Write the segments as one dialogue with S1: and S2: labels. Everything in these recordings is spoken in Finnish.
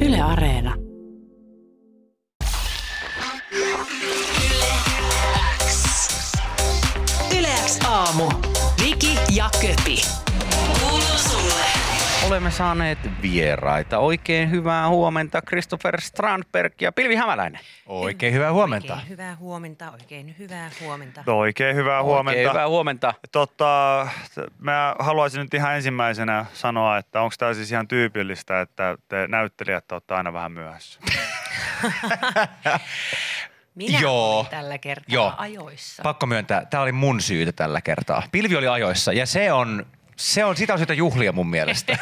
S1: Yle Areena.
S2: Yleäks aamu. Viki ja Köpi. Kuuluu sulle.
S3: Olemme saaneet vieraita. Oikein hyvää huomenta Christopher Strandberg ja Pilvi Hämäläinen.
S4: Oikein hyvää huomenta.
S5: Oikein hyvää huomenta, oikein hyvää huomenta.
S6: No Oikein hyvää huomenta.
S3: Oikein hyvää huomenta.
S6: Totta, t- mä haluaisin nyt ihan ensimmäisenä sanoa, että onko tämä siis ihan tyypillistä, että te näyttelijät olette aina vähän myöhässä.
S5: Minä
S4: Joo.
S5: olin tällä kertaa
S4: Joo.
S5: ajoissa.
S4: Pakko myöntää, tämä oli mun syytä tällä kertaa. Pilvi oli ajoissa ja se on, se on sitä on syytä juhlia mun mielestä.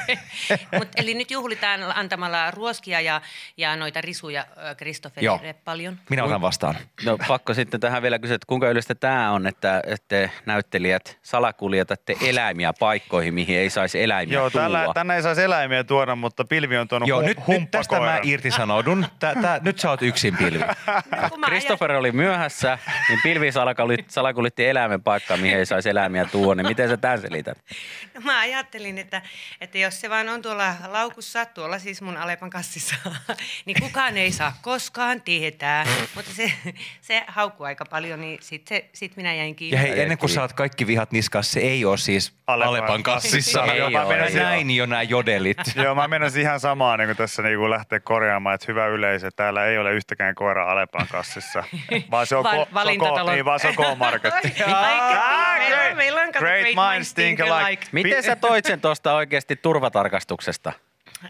S5: Mut, eli nyt juhlitaan antamalla ruoskia ja, ja noita risuja ö,
S4: Joo.
S5: Kristofferille paljon.
S4: Minä otan vastaan.
S3: No pakko sitten tähän vielä kysyä, että kuinka yleistä tämä on, että, että te näyttelijät salakuljetatte eläimiä paikkoihin, mihin ei saisi eläimiä
S6: Joo,
S3: tulla.
S6: tällä, tänne ei saisi eläimiä tuoda, mutta Pilvi on tuonut
S4: Joo,
S6: hu-
S4: nyt, nyt tästä
S6: humppakoiran.
S4: mä irtisanoudun. Tää, tää, nyt sä oot yksin pilvi.
S5: Kun mä
S3: Christopher oli myöhässä, niin Pilvi salakuli- salakuljetti eläimen paikkaa, mihin ei saisi eläimiä tuoda. Niin miten sä tämän selität?
S5: ajattelin, mä ajattelin että, että jos se vaan on tuolla laukussa, tuolla siis mun Alepan kassissa, niin kukaan ei saa koskaan tietää. Mutta se, se haukkuu aika paljon, niin sitten sit minä jäin kiinni.
S4: Ja hei, ennen kuin saat kaikki vihat niskassa, se ei ole siis
S6: Alepan.
S4: Alepan kassissa.
S3: Ei
S4: Joo,
S3: oo,
S4: mä menen
S3: ei oo.
S4: näin jo nämä jodelit.
S6: Joo, mä menisin ihan samaa niin kuin tässä niin kuin lähtee korjaamaan, että hyvä yleisö, täällä ei ole yhtäkään koira Alepan kassissa, vaan se on,
S5: Val-
S6: ko- se on ko-
S5: valintatalon-
S6: niin, vaan se on K-marketti.
S5: Ai,
S6: Ah,
S5: meillä on-
S6: great.
S5: meillä on kato
S6: Great
S5: great
S6: minds
S5: minds
S6: think
S5: think
S6: alike.
S5: alike.
S3: Miten sä toit sen tuosta oikeasti turvatarkastuksesta?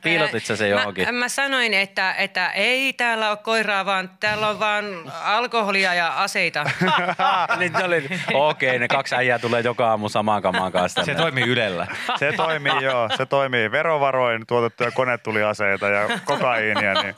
S3: Piilotit sä se
S5: Ää,
S3: johonkin?
S5: Mä, mä sanoin, että, että ei täällä ole koiraa, vaan täällä on vaan alkoholia ja aseita.
S3: niin ne oli, okei, ne kaksi äijää tulee joka aamu samaan kamaan kanssa.
S4: Se toimii ylellä.
S6: Se toimii, joo. Se toimii verovaroin tuotettuja konetuliaseita ja kokaiinia. Niin.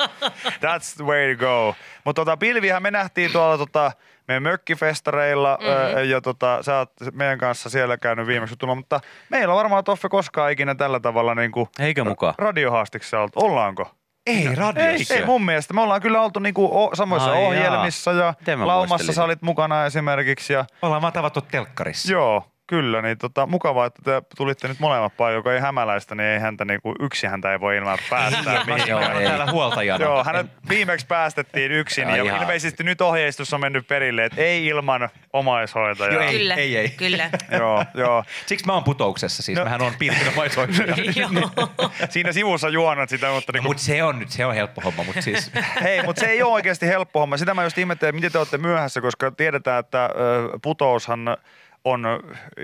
S6: That's the way to go. Mutta tota, pilvihän me nähtiin tuolla tota, meidän mökkifestareilla mm-hmm. ö, ja tota, sä oot meidän kanssa siellä käynyt viimeksi tulla, mutta meillä on varmaan Toffe koskaan ikinä tällä tavalla niin kuin
S3: Eikö mukaan?
S6: radiohaastiksessa oltu. Ollaanko?
S4: Ei
S6: Ei,
S4: radiossa.
S6: ei mun mielestä. Me ollaan kyllä oltu niinku o- samoissa
S3: Ai jaa.
S6: ohjelmissa ja
S3: Miten mä
S6: laumassa
S3: muistelin?
S6: sä olit mukana esimerkiksi. Ja
S4: Ollaan vaan tavattu telkkarissa.
S6: Joo, kyllä. Niin tota, mukavaa, että te tulitte nyt molemmat paljon, joka ei hämäläistä, niin ei häntä niinku, yksi häntä ei voi ilman päästää
S4: Mä
S3: Joo,
S4: oon
S3: ei.
S6: mihinkään.
S4: täällä huoltajana.
S6: Joo, hänet viimeksi päästettiin yksin
S3: Ai
S6: ja
S3: ihan.
S6: ilmeisesti nyt ohjeistus on mennyt perille, että ei ilman omaishoitajaa.
S4: Joo,
S5: kyllä,
S4: ei, ei.
S5: kyllä.
S6: Joo, joo.
S4: Siksi mä oon putouksessa, siis
S6: No.
S4: mähän on pilkinamaisoittaja.
S6: Siinä sivussa juonat sitä, mutta
S3: No,
S6: niinku,
S4: mutta Niin, se on nyt, se on helppo homma, mutta siis...
S6: Hei, mutta se ei ole oikeasti helppo homma. Sitä mä just ihmettelen, miten te olette myöhässä, koska tiedetään, että ö, putoushan on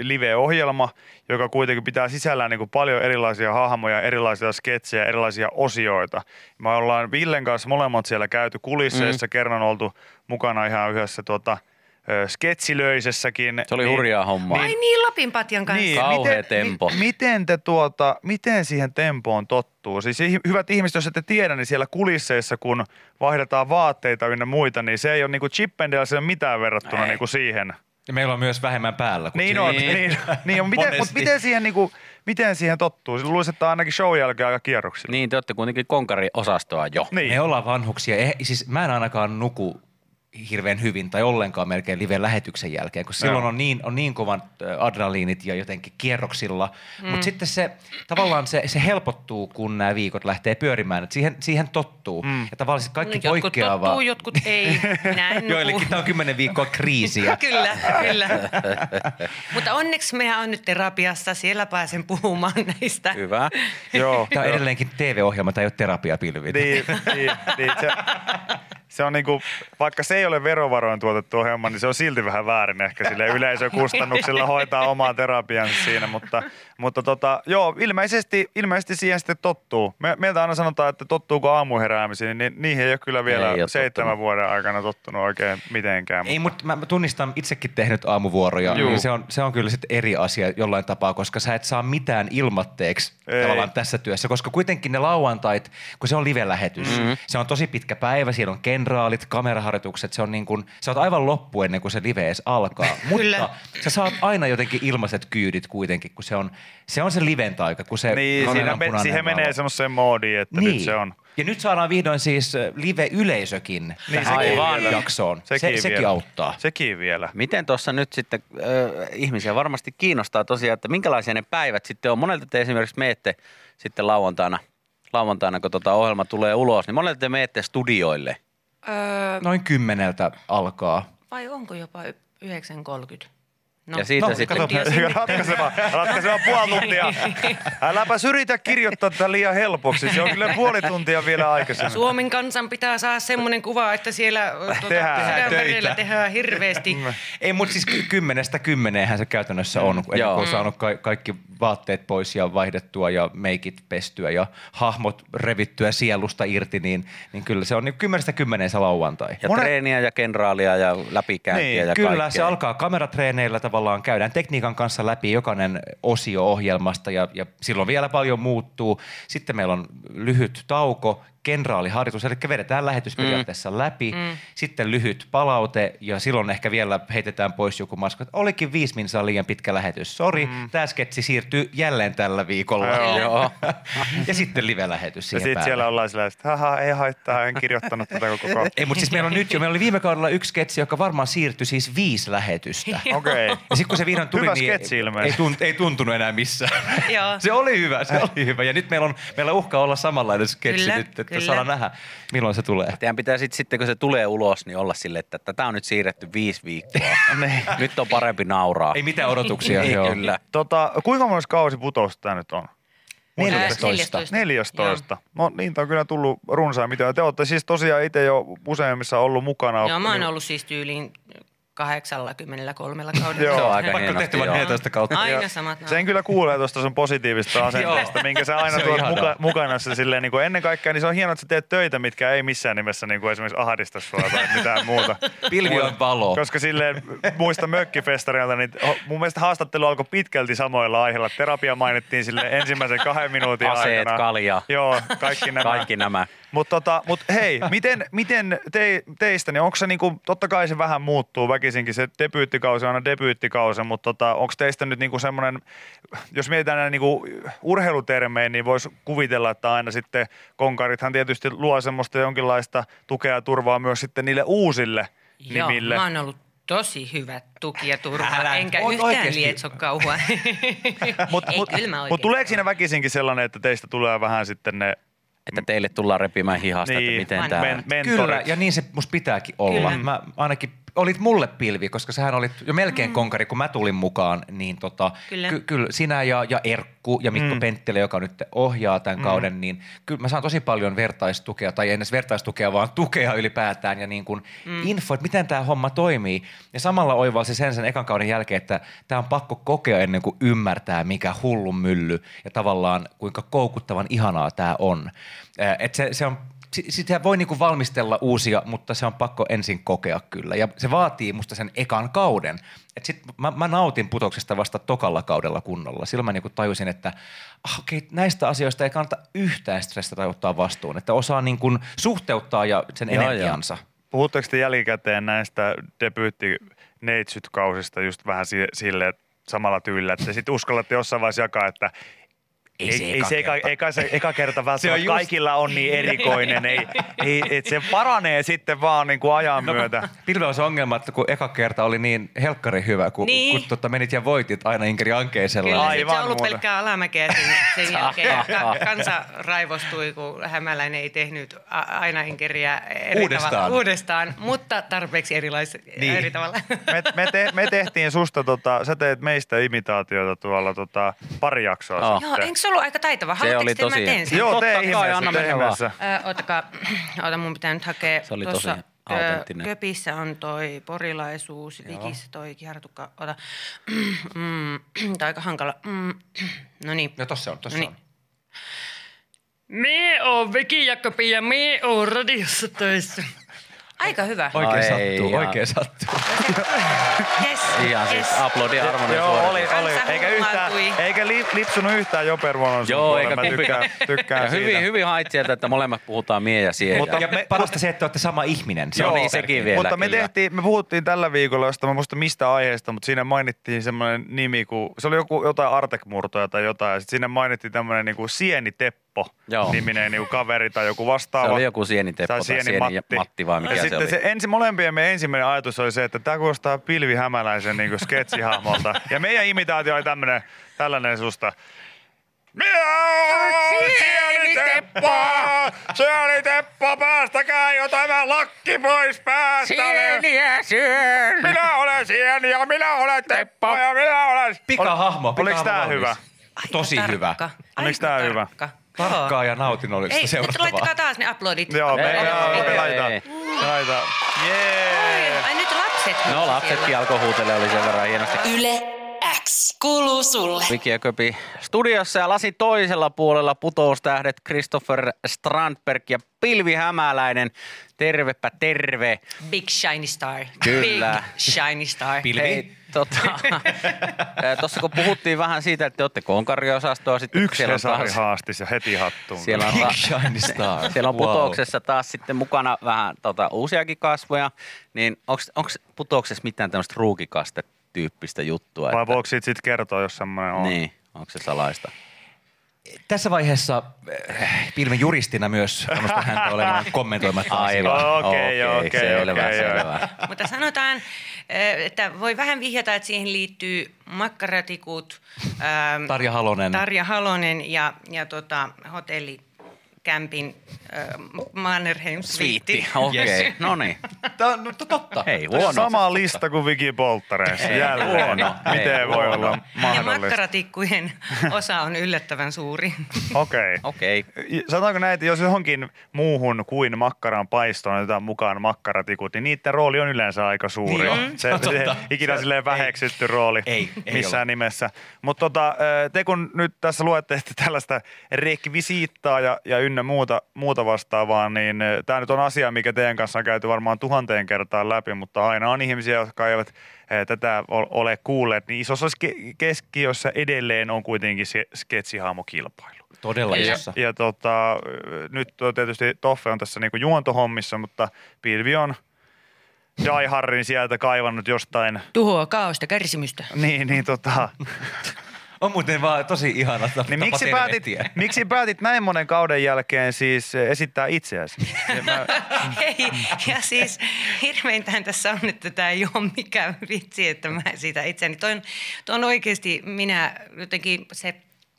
S6: live-ohjelma, joka kuitenkin pitää sisällään niin kuin paljon erilaisia hahmoja, erilaisia sketsejä, erilaisia osioita. Me ollaan Villen kanssa molemmat siellä käyty kulisseissa, mm. kerran oltu mukana ihan yhdessä tuota, ö, sketsilöisessäkin.
S3: Se oli
S6: Niin-
S3: hurjaa hommaa.
S5: Ai niin, Lapin patjan kanssa.
S6: niin,
S3: Kauhea
S6: miten,
S3: tempo.
S6: Mi, miten, te tuota, miten siihen tempoon tottuu? Siis ih- hyvät ihmiset, jos ette tiedä, niin siellä kulisseissa, kun vaihdetaan vaatteita ynnä muita, niin se ei ole niinku Chip and Dale, se ei ole mitään verrattuna
S3: Ei.
S6: niinku siihen.
S4: Ja meillä on myös vähemmän päällä. Kuin
S6: Niin
S4: se-
S6: on,
S3: Niin.
S6: niin, niin on. Miten, mut
S4: Monesti.
S6: miten, siihen, niinku, miten siihen tottuu? Luulisin, että ainakin show jälkeen aika kierroksilla.
S3: Niin, te olette kuitenkin konkariosastoa jo.
S6: Niin.
S4: Me ollaan vanhuksia. Eh, siis mä en ainakaan nuku hirveän hyvin tai ollenkaan melkein live-lähetyksen jälkeen, kun silloin
S6: Joo.
S4: on niin, on niin kovan ö, adrenaliinit ja jotenkin kierroksilla. Mm. Mutta sitten se tavallaan se, se helpottuu, kun nämä viikot lähtee pyörimään. Et siihen, siihen tottuu. Mm. Ja tavallaan sit kaikki
S5: No jotkut
S4: poikkeavaa.
S5: tottuu, jotkut ei. Minä en nuku.
S4: Joillekin tämä on kymmenen viikkoa kriisiä.
S5: Kyllä, kyllä. Mutta onneksi mehän on nyt terapiassa, siellä pääsen puhumaan näistä.
S3: Hyvä.
S6: Joo.
S4: Tämä on
S6: joo.
S4: edelleenkin TV-ohjelma, tämä ei ole terapiapilvi.
S6: Niin, niin, niin. Se, se on niinku, vaikka se ei ole verovaroin tuotettu ohjelma, niin se on silti vähän väärin ehkä sille yleisökustannuksilla hoitaa omaa terapiansa siinä, mutta, mutta tota, joo, ilmeisesti, ilmeisesti siihen sitten tottuu. Me, meiltä aina sanotaan, että tottuuko aamuheräämisiin, niin niihin ei ole kyllä vielä
S3: Ei ole
S6: seitsemän
S3: tottunut.
S6: vuoden aikana tottunut oikein mitenkään.
S4: Ei, mutta mä mä tunnistan itsekin tehnyt aamuvuoroja.
S6: Juu.
S4: Niin se, on, se on kyllä sit eri asia jollain tapaa, koska sä et saa mitään ilmatteeksi
S6: Ei.
S4: tavallaan tässä työssä. Koska kuitenkin ne lauantait, kun se on live-lähetys, mm-hmm. se on tosi pitkä päivä, siellä on kenraalit, kameraharjoitukset, se on niin kuin, sä oot aivan loppu ennen kuin se live edes alkaa. mutta sä saat aina jotenkin ilmaiset kyydit kuitenkin, kun se on se, on se liven taika, kun se
S6: niin,
S4: kameran
S6: siinä, me,
S4: punainen
S6: siihen menee
S4: valo.
S6: semmoiseen moodiin, että niin. nyt se on.
S4: Ja nyt saadaan vihdoin siis äh, live-yleisökin
S6: Niin,
S4: niin, tähän
S3: sekin
S4: vaan
S3: vielä.
S4: jaksoon. se, sekin
S6: vielä.
S4: auttaa.
S6: Sekin vielä.
S3: Miten tuossa nyt sitten ö, ihmisiä varmasti kiinnostaa tosiaan, että minkälaisia ne päivät sitten on? Monelta te esimerkiksi meette sitten lauantaina, lauantaina, kun tota ohjelma tulee ulos, niin monelle te menette studioille.
S5: Öö,
S4: Noin kymmeneltä alkaa.
S5: vai onko jopa y- 9.30?
S3: Ja siitä
S4: no,
S3: sitten...
S4: kato.
S6: Ratkaiseva, ratkaiseva puoli tuntia. Äläpä syritä kirjoittaa tätä liian helpoksi. Se on kyllä puoli tuntia vielä aikaisemmin.
S5: Suomen kansan pitää saada semmoinen kuva, että siellä ö, tuota,
S6: Tehdään
S5: sydänverellä
S4: töitä.
S5: tehdään hirveästi.
S4: Ei, mutta siis ky- kymmenestä kymmeneenhän se käytännössä on, kun ennen
S3: Joo. Mm.
S4: kuin on saanut ka- kaikki vaatteet pois ja vaihdettua ja meikit pestyä ja hahmot revittyä sielusta irti, niin, niin kyllä se on niin kymmenestä kymmeneen se lauantai.
S3: Ja
S4: Monet-
S3: treeniä ja kenraalia ja läpikäyntiä
S6: Niin,
S3: ja
S4: Kyllä,
S3: kaikkea.
S4: se alkaa kameratreeneillä tavallaan. Käydään tekniikan kanssa läpi jokainen osio ohjelmasta ja, ja silloin vielä paljon muuttuu. Sitten meillä on lyhyt tauko, kenraaliharjoitus, eli vedetään
S3: Mm.
S4: lähetys periaatteessa läpi. Sitten lyhyt palaute ja silloin ehkä vielä heitetään pois joku maska. että Olikin viisi minsaa liian pitkä lähetys, sori. Mm. Tämä sketsi siirtyy jälleen tällä viikolla.
S6: Joo.
S3: Joo.
S4: ja sitten live-lähetys
S6: Ja
S4: siihen
S6: sitten
S4: päälle.
S6: siellä ollaan sillä että haha, ei haittaa, en kirjoittanut tätä koko...
S4: Ei, mutta siis meillä on nyt jo, meillä oli viime kaudella yksi sketsi, joka varmaan siirtyi siis viisi lähetystä.
S6: Okei. Okay.
S4: Ja sitten kun se vihdoin tuli,
S6: Hyvä
S4: niin
S6: sketsi
S4: ei, ei,
S6: ilmeisesti.
S4: tunt, ei tuntunut enää missään.
S5: Joo.
S4: se oli hyvä, se oli hyvä. Ja nyt meillä on, meillä uhkaa olla samanlainen sketsi
S5: Kyllä,
S4: nyt, että
S5: kyllä.
S4: saadaan nähdä, milloin se tulee.
S3: Teidän pitää sit, sitten, kun se tulee ulos, niin olla sille, että tätä on nyt siirretty viisi viikkoa. nyt on parempi nauraa.
S4: Ei mitään odotuksia.
S3: Ei,
S4: joo.
S3: kyllä.
S6: Tota, kuinka mones kausi putousta tämä nyt on?
S5: Ää,
S4: 14.
S6: 14. No niitä on kyllä tullut runsaa mitä. Te olette siis tosiaan itse jo useimmissa ollut mukana.
S5: Joo. Joo, mä oon ollut siis tyyliin 83 kaudella.
S6: Joo. niin,
S3: Se on aika
S4: Pakko
S3: hienosti,
S4: tehty vain
S3: joo.
S4: 14 kautta.
S5: Aina samat naamat.
S6: Sen kyllä kuulee tuosta sun positiivista asenteesta, minkä sä aina
S4: Se on
S6: tuot
S4: ihanaa.
S6: muka, mukana se silleen, niin kuin ennen kaikkea, niin se on hienoa, että sä teet töitä, mitkä ei missään nimessä niin kuin esimerkiksi ahdista sua tai mitään muuta.
S4: Pilvi on valo.
S6: Koska silleen muista mökkifestareilta, niin ho- mun mielestä haastattelu alkoi pitkälti samoilla aiheilla. Terapia mainittiin sille ensimmäisen kahden minuutin
S3: Aseet,
S6: aikana.
S3: kalja,
S6: Joo, kaikki nämä.
S3: kaikki nämä.
S6: Mutta tota, mut hei, miten, miten te, teistä, niin onko se niinku, totta kai se vähän muuttuu väkisinkin, se debyyttikausi on aina debyyttikausi, mutta tota, onko teistä nyt niinku semmoinen, jos mietitään näin niinku urheilutermejä, niin voisi kuvitella, että aina sitten konkarithan tietysti luo semmoista jonkinlaista tukea ja turvaa myös sitten niille uusille
S5: Joo,
S6: nimille.
S5: mä oon ollut tosi hyvä tuki ja turva,
S4: Älä,
S5: enkä
S4: oot
S5: yhtään
S4: oikeesti.
S5: lietso kauhua. Ei, kyllä mä
S6: mut
S5: oikein.
S6: tuleeko siinä väkisinkin sellainen, että teistä tulee vähän sitten ne
S3: Että teille tullaan repimään hihasta,
S6: Mm. Niin,
S3: että miten
S5: vanhat.
S3: tämä...
S6: men- mentorit?
S4: Kyllä, ja niin se musta pitääkin olla.
S5: Kyllä.
S4: Mä ainakin olit mulle pilvi, koska sähän olit jo melkein konkari, kun mä tulin mukaan, niin tota,
S5: Kyllä.
S4: Ky- kyllä sinä ja, ja Erkku ja Mikko mm. Penttilä, joka nyt ohjaa tämän mm. kauden, niin kyllä mä saan tosi paljon vertaistukea, tai ei edes vertaistukea, vaan tukea ylipäätään ja niin kuin mm. info, että miten tämä homma toimii. Ja samalla oivalsi sen sen ekan kauden jälkeen, että tämä on pakko kokea ennen kuin ymmärtää, mikä hullu mylly ja tavallaan kuinka koukuttavan ihanaa tämä on. Eh, Et se, se on si- sitä voi niinku valmistella uusia, mutta se on pakko ensin kokea kyllä. Ja se vaatii musta sen ekan kauden. Et sit mä, mä nautin putoksesta vasta tokalla kaudella kunnolla. Silloin mä niinku tajusin, että ah, okei, näistä asioista ei kannata yhtään stressata tai ottaa vastuun. Että osaa niinku suhteuttaa ja sen
S3: Joo, joo.
S4: energiansa.
S6: Puhutteko te jälkikäteen näistä debyyttineitsyt-kausista just vähän si- sille samalla tyylillä, että sitten uskallatte jossain vaiheessa jakaa, että
S4: Ei se
S6: ei
S4: eka
S6: se eka,
S4: kerta.
S6: eka, se eka kerta välttämättä
S4: on
S6: just...
S4: just-
S6: kaikilla on niin erikoinen, ei, ei, et se paranee sitten vaan niin kuin ajan myötä.
S4: Pilve on se ongelma, että kun eka kerta oli niin helkkari hyvä, kun,
S5: Niin.
S4: niin. kun tota menit ja voitit aina Inkeri Ankeisella.
S5: Kyllä,
S4: niin-
S5: Aivan se
S6: Aivan
S5: on ollut
S6: muuta.
S5: pelkkää alamäkeä sen, sen jälkeen. Ka- kansa raivostui, kun hämäläinen ei tehnyt a- aina inkeriä eri
S4: Uudestaan.
S5: Tavalla, uudestaan, mutta tarpeeksi erilais,
S4: Niin.
S5: eri tavalla.
S6: Me, me, te, me tehtiin susta, tota, sä teet meistä imitaatiota tuolla tota, pari jaksoa
S3: Joo.
S5: Joo,
S6: sitten.
S5: enkö se ollut aika taitava?
S3: Se
S5: Haluatteko,
S3: oli
S5: että mä
S3: tosi...
S5: teen sen?
S6: Joo, tee
S3: Totta kai,
S6: ihmeessä,
S3: anna
S6: tee
S3: mennä vaan.
S6: ihmeessä.
S5: Ö, ootakaa, oota, mun pitää nyt hakea.
S3: Se oli
S5: Tuossa,
S3: tosi
S5: ö,
S3: autenttinen.
S5: Köpissä on toi porilaisuus, vikissä toi kihartukka. Ota, mm, tää on aika hankala. Mm, no niin.
S4: No tossa on, tossa
S5: Niin.
S4: on.
S5: Me oon Viki Jakobi ja me oon radiossa töissä. Aika hyvä.
S4: Oikein
S3: Ai
S4: sattuu,
S3: jaa.
S4: oikein sattuu.
S5: Yes,
S3: Ihan
S5: yes.
S3: siis aplodi armonen
S6: Joo, oli,
S3: suoritus.
S6: oli.
S5: Kansa
S6: Eikä, yhtään,
S5: hullaantui.
S6: eikä li, lipsunut yhtään jopervuonon
S3: Joo, eikä
S6: Mä
S3: kumpi-
S6: tykkään,
S3: Ja
S6: tykkään siitä.
S3: hyvin, hyvin hait sieltä, että molemmat puhutaan mie ja sie.
S4: Mutta
S3: Mutta
S4: ja me, parasta se, että olette sama ihminen. Se
S3: Joo,
S4: on
S3: niin
S4: tärkeää.
S3: sekin vielä.
S6: Mutta me,
S3: kyllä.
S6: tehtiin, me puhuttiin tällä viikolla jostain, mä en muista mistä aiheesta, mutta siinä mainittiin semmoinen nimi, kuin, se oli joku, jotain Artek-murtoja tai jotain, ja sitten siinä mainittiin tämmöinen niin kuin Sieniteppo
S3: Joo.
S6: niminen niin kuin kaveri tai joku
S3: Se
S6: vastaava.
S3: oli joku sieniteppo
S6: Tai
S3: tai
S6: sieni
S3: sieni
S6: Matti.
S3: Matti. Matti vai mikä
S6: ja
S3: se
S6: sitten
S3: oli.
S6: se ensi, molempien meidän ensimmäinen ajatus oli se, että tämä kuulostaa niinku Pilvi Hämäläisen niin sketsihahmolta. ja meidän imitaatio oli tämmöinen, tällainen susta. Se oli Teppo! Se oli Teppo! Päästäkää jo tämä lakki pois päästä!
S1: Sieniä syön.
S6: Minä olen sieni ja minä olen Teppo ja minä olen...
S4: Pikahahmo.
S6: Oliko
S4: pikahahmo
S6: tää
S4: valmis.
S6: hyvä?
S5: Aika
S4: Tosi hyvä.
S5: tarkka.
S6: Oliko
S5: Aika
S6: tää hyvä?
S5: tarkka.
S4: Tarkkaa
S5: Joo.
S4: ja nautinnollista
S5: Ei, nyt
S4: seurattavaa.
S5: laittakaa taas ne aplodit.
S6: Joo, me,
S3: Ei,
S6: me,
S3: ei,
S6: me
S3: ei,
S6: laitetaan.
S3: ei.
S6: Me laitetaan. Jee!
S5: Ai nyt lapset.
S3: No lapsetkin alkoi huutele, oli sen verran hienosti.
S2: Yle X kuuluu sulle.
S3: Viki ja Köpi studiossa ja lasin toisella puolella putoustähdet Christopher Strandberg ja Pilvi Hämäläinen. Tervepä terve.
S5: Big shiny star.
S3: Kyllä.
S5: Big shiny star.
S4: Pilvi.
S3: Tuossa tota, kun puhuttiin vähän siitä, että te olette konkariosastoa. Sitten
S6: Yksi
S3: siellä on
S6: Hesari
S3: taas-
S6: haastis ja heti hattuun.
S3: Siellä on,
S4: Big
S3: ta-
S4: shiny star.
S3: siellä on
S4: Wow.
S3: putouksessa taas sitten mukana vähän tota, uusiakin kasvoja. Niin onko putouksessa mitään tämmöistä ruukikastetyyppistä juttua?
S6: Vai
S3: että-
S6: voiko siitä sit kertoa, jos semmoinen on?
S3: Niin, onko se salaista?
S4: Tässä vaiheessa äh, Pilven juristina myös kannustan häntä olemaan kommentoimatta asiaa.
S6: Okei, okei,
S3: selvä,
S6: okei,
S3: selvä.
S5: Mutta sanotaan, eh, että voi vähän vihjata, että siihen liittyy makkaratikut, ähm,
S4: Tarja Halonen.
S5: Tarja Halonen ja, ja tota, hotelli Kämpin äh, Mannerheim
S3: Sviitti,
S5: Suite.
S3: okei,
S4: Yes.
S3: no niin.
S4: Tämä on nyt totta.
S3: Hei, huono.
S6: Sama lista kuin Viki Polttareissa.
S3: Ei,
S6: Jälleen.
S3: huono.
S6: Miten
S3: Ei,
S6: voi
S3: huono.
S6: olla
S5: Ja
S6: mahdollista?
S5: makkaratikkujen osa on yllättävän suuri.
S6: Okei. Okay.
S3: Okei,
S6: Sanotaanko Niin, näin, että jos johonkin muuhun kuin makkaran paistoon otetaan mukaan makkaratikut, niin niiden rooli on yleensä aika
S4: Niin
S6: suuri.
S4: on.
S6: se,
S4: No
S6: se,
S4: totta.
S6: ikinä
S4: Se-
S6: silleen väheksytty rooli
S4: Ei, ei
S6: missään
S4: ole.
S6: nimessä. Mutta tota, te kun nyt tässä luette tällaista rekvisiittaa ja, ja ynnä muuta, muuta vastaavaa, niin tämä nyt on asia, mikä teidän kanssa on käyty varmaan tuhanteen kertaan läpi, mutta aina on ihmisiä, jotka eivät ö, tätä o- ole kuulleet, niin isossa ske- keskiössä edelleen on kuitenkin se sketsihaamokilpailu.
S4: Todella isossa.
S6: Ja tota, nyt on tietysti Toffe on tässä niinku juontohommissa, mutta Pilvi on Die Harrin sieltä kaivannut jostain.
S5: Tuhoa, kaaosta, kärsimystä.
S6: Niin, niin tota.
S4: On muuten vaan tosi ihana tapa
S6: Niin miksi päätit,
S4: tervehtiä.
S6: miksi päätit näin monen kauden jälkeen siis esittää itseäsi?
S5: Hei, ja siis hirveintähän tässä on, että tämä ei ole mikään vitsi, että mä siitä itseäni. Toi on, toi on oikeasti minä jotenkin se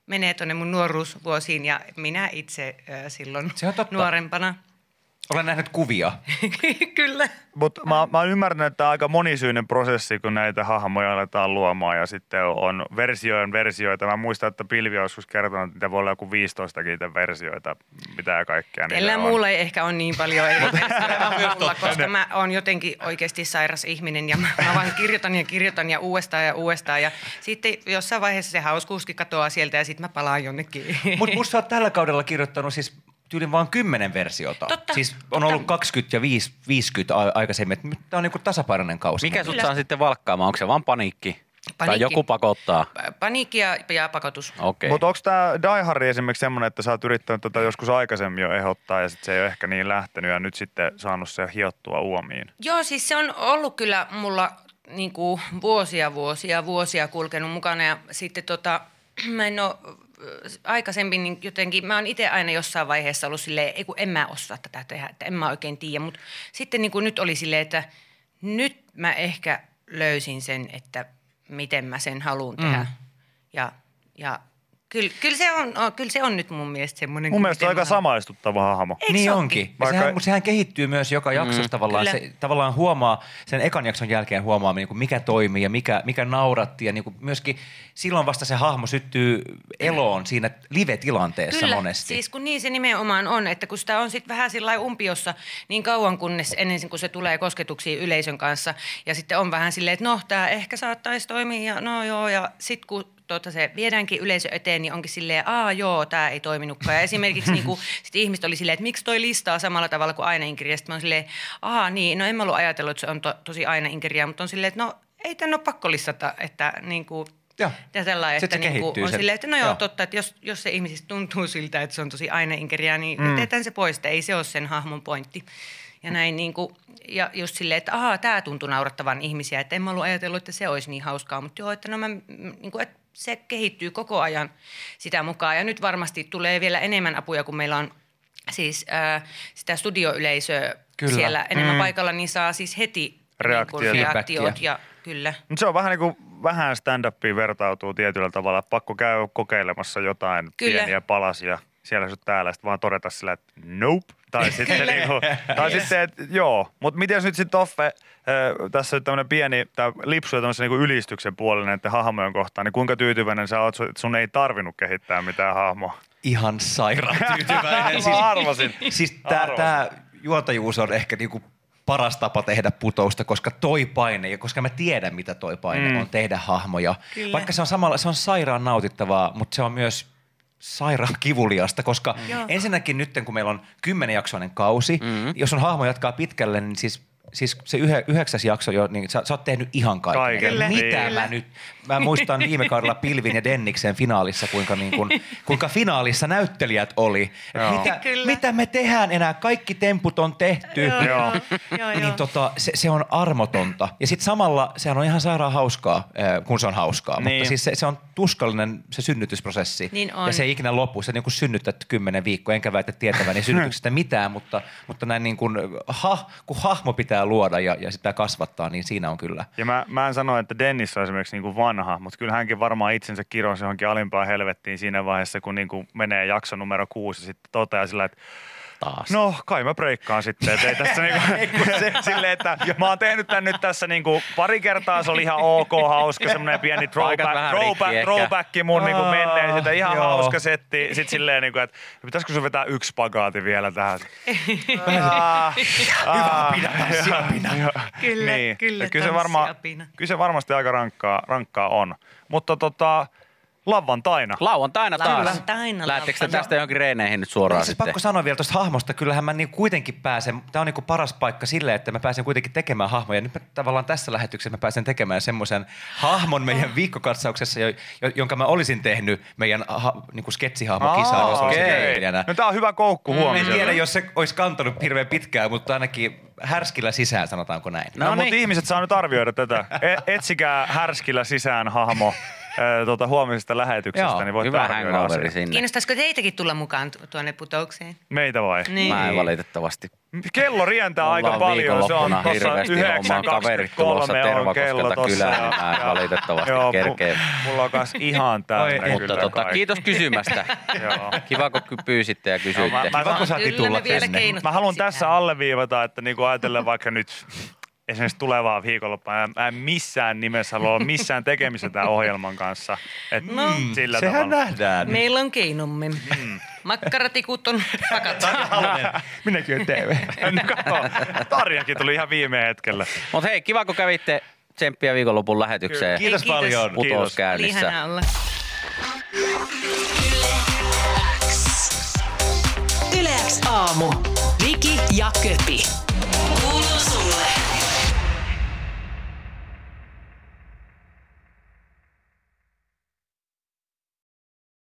S5: menee tuonne mun nuoruusvuosiin ja minä itse äh, silloin
S4: Se on totta.
S5: nuorempana.
S4: Olen nähnyt kuvia.
S5: Kyllä.
S6: Mutta mä, mä oon ymmärtänyt, että tämä on aika monisyinen prosessi, kun näitä hahmoja aletaan luomaan ja sitten on versioin versioita. Mä muistan, että Pilvi on joskus kertonut, että niitä voi olla joku 15 niitä versioita, mitä kaikkea niillä
S5: Tällä
S6: on.
S5: muulla ei ehkä ole niin paljon eri versioita mulla, koska mä oon jotenkin oikeasti sairas ihminen ja mä, mä vaan kirjoitan ja kirjoitan ja uudestaan ja uudestaan. Ja sitten jossain vaiheessa se hauskuuskin katoaa sieltä ja sitten mä palaan jonnekin.
S4: Mutta musta sä oot tällä kaudella kirjoittanut siis tyylin vaan 10 versiota.
S5: Totta,
S4: siis on
S5: totta.
S4: ollut 20 ja 5, 50 a- aikaisemmin. Tämä on niinku tasapainoinen kausi.
S3: mikä sut
S5: Kyllä.
S3: saa sitten valkkaamaan? Onko se vaan paniikki? Tai
S5: Paniikki.
S3: joku pakottaa?
S5: Paniikki ja, ja pakotus.
S3: Okei.
S6: Mutta onko tämä Die Hard esimerkiksi semmoinen, että sä oot yrittänyt tätä joskus aikaisemmin jo ehdottaa ja sit se ei ole ehkä niin lähtenyt ja nyt sitten saanut se hiottua uomiin?
S5: Joo, siis se on ollut kyllä mulla niin kuin vuosia, vuosia, vuosia kulkenut mukana ja sitten tota, mä en ole aikaisemmin niin jotenkin, mä oon itse aina jossain vaiheessa ollut silleen, ei kun en mä osaa tätä tehdä, että en mä oikein tiedä, mutta sitten niin kuin nyt oli silleen, että nyt mä ehkä löysin sen, että miten mä sen haluan tehdä mm. ja, ja kyllä, kyllä, se on, on- kyllä se on nyt mun mielestä semmoinen.
S6: Mun
S5: kuin
S6: mielestä
S5: miten
S6: aika
S5: mä haluan.
S6: samaistuttava hahmo.
S5: Eikö
S4: niin
S5: se
S4: onkin.
S6: Vaikka-
S4: Vaikka... Sehän, mutta sehän kehittyy myös joka jaksossa mm, tavallaan.
S5: kyllä.
S4: Se, tavallaan huomaa, sen ekan jakson jälkeen huomaa, niin kuin mikä toimii ja mikä, mikä nauratti. Ja niin kuin myöskin silloin vasta se hahmo syttyy eloon siinä live-tilanteessa
S5: Kyllä,
S4: monesti.
S5: siis kun niin se nimenomaan on, että kun sitä on sitten vähän sillä umpiossa niin kauan kunnes ennen kuin se tulee kosketuksiin yleisön kanssa ja sitten on vähän silleen, että no tämä ehkä saattaisi toimia ja no joo ja sitten kun tuota, se viedäänkin yleisö eteen, niin onkin silleen, aa joo, tämä ei toiminutkaan. Ja esimerkiksi niin kuin, sit ihmiset oli silleen, että miksi toi listaa samalla tavalla kuin aina inkirja. Sitten mä oon silleen, aa niin, no en mä ollut ajatellut, että se on to, tosi aina inkirja, mutta on silleen, että no ei tämän ole pakko listata, että niin kuin,
S4: Joo.
S5: ja tällainen,
S4: Sit
S5: että
S4: se
S5: niinku,
S4: kehittyy
S5: on
S4: se-
S5: silleen, että no joo,
S4: joo.
S5: totta, että jos, jos se ihmisistä tuntuu siltä, että se on tosi aina inkeriä, niin mm. jätetään se pois, että ei se ole sen hahmon pointti.
S4: Mm.
S5: Ja näin niin kuin, ja just silleen, että ahaa, tämä tuntui naurattavan ihmisiä, että en mä ollut ajatellut, että se olisi niin hauskaa, mutta joo, että no mä, niin kuin, että se kehittyy koko ajan sitä mukaan. Ja nyt varmasti tulee vielä enemmän apuja, kun meillä on siis äh, sitä studioyleisöä
S4: Kyllä.
S5: siellä enemmän mm. paikalla, niin saa siis heti
S6: Reaktiot.
S5: Niin kuin, reaktiot
S4: Feedbackia.
S5: ja kyllä.
S6: Mut se on vähän niin kuin vähän stand-upiin vertautuu tietyllä tavalla. Pakko käydä kokeilemassa jotain
S5: Kyllä.
S6: pieniä palasia siellä sun täällä, sitten vaan todeta sillä, että nope. Tai sitten,
S5: Kyllä.
S6: niinku, tai sitten että joo. Mutta miten nyt sitten Toffe, äh, tässä on tämmöinen pieni tää lipsu ja tämmöisen niinku ylistyksen puolelle näiden hahmojen kohtaan, niin kuinka tyytyväinen sä oot, su- että sun ei tarvinnut kehittää mitään hahmoa?
S4: Ihan sairaan tyytyväinen.
S6: Mä arvasin.
S4: Siis tää,
S6: Arvasin.
S4: tää juontajuus on ehkä niinku paras tapa tehdä putousta, koska toi paine, ja koska mä tiedän, mitä toi paine mm. on tehdä hahmoja. Kyllä. Vaikka se on samalla, se on sairaan nautittavaa, mutta se on myös sairaan kivuliasta, koska mm. ensinnäkin nyt, kun meillä on kymmenenjaksoinen kausi, mm. jos on hahmo jatkaa pitkälle, niin siis, siis se yhä, yhdeksäs jakso jo, niin sä, sä oot tehnyt ihan kaiken.
S6: Kaiken,
S4: Eli
S6: niin.
S4: Mitä
S6: Kyllä.
S4: mä nyt? Mä muistan viime kaudella Pilvin ja Denniksen finaalissa, kuinka, niin kun, kuinka finaalissa näyttelijät oli.
S6: Joo.
S4: Mitä,
S5: Kyllä.
S4: mitä me tehdään enää? Kaikki temput on tehty.
S5: Joo, joo,
S6: Joo.
S5: joo, joo.
S4: Niin tota, se, se on armotonta. Ja sitten samalla sehän on ihan sairaan hauskaa, eh, kun se on hauskaa. Niin.
S6: Niin.
S4: Mutta siis se, se on tuskallinen se synnytysprosessi.
S5: Niin on.
S4: Ja se ei ikinä lopu. Se niin kuin synnytät kymmenen viikkoa, enkä väitä tietäväni synnytyksestä mitään, mutta, mutta näin niin kuin, ha, kun hahmo pitää luoda ja, ja sitä kasvattaa, niin siinä on kyllä.
S6: Ja mä, mä en sano, että Dennis on esimerkiksi niin kuin vanha, mutta kyllä hänkin varmaan itsensä kirosi johonkin alimpaan helvettiin siinä vaiheessa, kun niin kuin menee jakso numero kuusi ja sitten toteaa sillä, että
S4: Taas.
S6: no kai mä breikkaan sitten. Että ei tässä niin kuin, se, silleen, että mä oon tehnyt tän nyt tässä niin kuin pari kertaa, se oli ihan ok, hauska, semmoinen pieni
S3: Paikat
S6: throwback,
S3: vähän
S6: throwback,
S3: rikki ehkä.
S6: throwback mun niin kuin
S4: Aa,
S6: menneen, sitä ihan
S4: joo.
S6: joo. hauska setti. Sitten silleen, niin kuin, että pitäisikö sun vetää yksi pagaati vielä tähän? Ah, ah, joo, joo.
S5: Kyllä, kyllä,
S6: Että Kyllä se, varma,
S5: tanssiapina.
S6: kyllä se varmasti aika rankkaa, rankkaa on. Mutta tota, lavantaina.
S3: Lauantaina taas.
S5: Lauantaina,
S3: Lähettekö te
S5: lauantaina.
S3: tästä johonkin reeneihin nyt suoraan
S4: Mutta siis
S3: sitten?
S4: pakko sanoa vielä tuosta hahmosta, kyllähän mä niin kuitenkin pääsen, tämä on niin paras paikka sille, että mä pääsen kuitenkin tekemään hahmoja. Nyt mä, tavallaan tässä lähetyksessä mä pääsen tekemään semmoisen hahmon meidän viikkokatsauksessa, jo, jo- jonka mä olisin tehnyt meidän ha, niin kuin sketsihahmokisaan,
S6: Aa,
S4: jos olisin
S3: okei.
S4: näyttelijänä.
S6: No tää on hyvä koukku
S4: Mä en
S6: huomiselle.
S4: tiedä, jos se olisi kantanut hirveän pitkään, mutta ainakin härskillä sisään, sanotaanko näin.
S3: No
S6: No, no mutta
S3: niin.
S6: ihmiset saa nyt arvioida tätä. E- etsikää härskillä sisään hahmo ö, tuota, huomisesta lähetyksestä,
S4: Joo,
S6: niin voitte
S3: Hyvä
S6: arvioida
S3: hangoveri
S6: asiaa.
S3: sinne.
S5: Kiinnostaisiko teitäkin tulla mukaan tu- tuonne putoukseen?
S6: Meitä vai?
S5: Niin.
S3: Mä en valitettavasti.
S6: Kello rientää
S3: Mulla
S6: aika
S3: on
S6: paljon. Se on
S3: viikonloppuna
S6: tuossa
S3: hirveästi hommaa. Kaverit tulossa
S6: 9.23 on kello
S3: Tervakoskelta
S6: tuossa.
S3: kylään, niin mä en
S6: Joo.
S3: valitettavasti
S6: Joo, mu-
S3: kerkeä.
S6: Mulla on kanssa ihan täynnä
S4: Oi,
S3: Mutta
S6: kyllä
S3: tota,
S6: kaikki.
S3: kiitos kysymästä.
S6: Joo.
S3: Kiva, kun ky- pyysitte ja kysyitte.
S6: mä- mä-
S4: Kiva, kun saatiin
S5: Kyllä
S4: tulla
S5: me vielä
S4: tänne.
S5: keinotetaan
S6: Mä haluan
S5: sitä.
S6: tässä alleviivata, että niinku ajatellen vaikka nyt esimerkiksi tulevaa viikonloppua. Mä, mä en missään nimessä halua olla missään tekemistä tämän ohjelman kanssa. Et no, sillä
S4: Sehän
S6: tavalla.
S3: Niin.
S4: nähdään.
S5: Meillä on keinomme. Makkaratikut on pakattu.
S4: Minäkin olen TV.
S6: No kato, Tarjakin tuli ihan viime hetkellä.
S3: Mutta hei, kiva kun kävitte tsemppiä viikonlopun lähetykseen
S4: Kiitos
S5: Kiitos.
S4: paljon.
S6: Kiitos.
S5: Oli
S3: putouskäynnissä.
S5: ihanaa olla.
S2: Yle X aamu. Viki ja Köpi.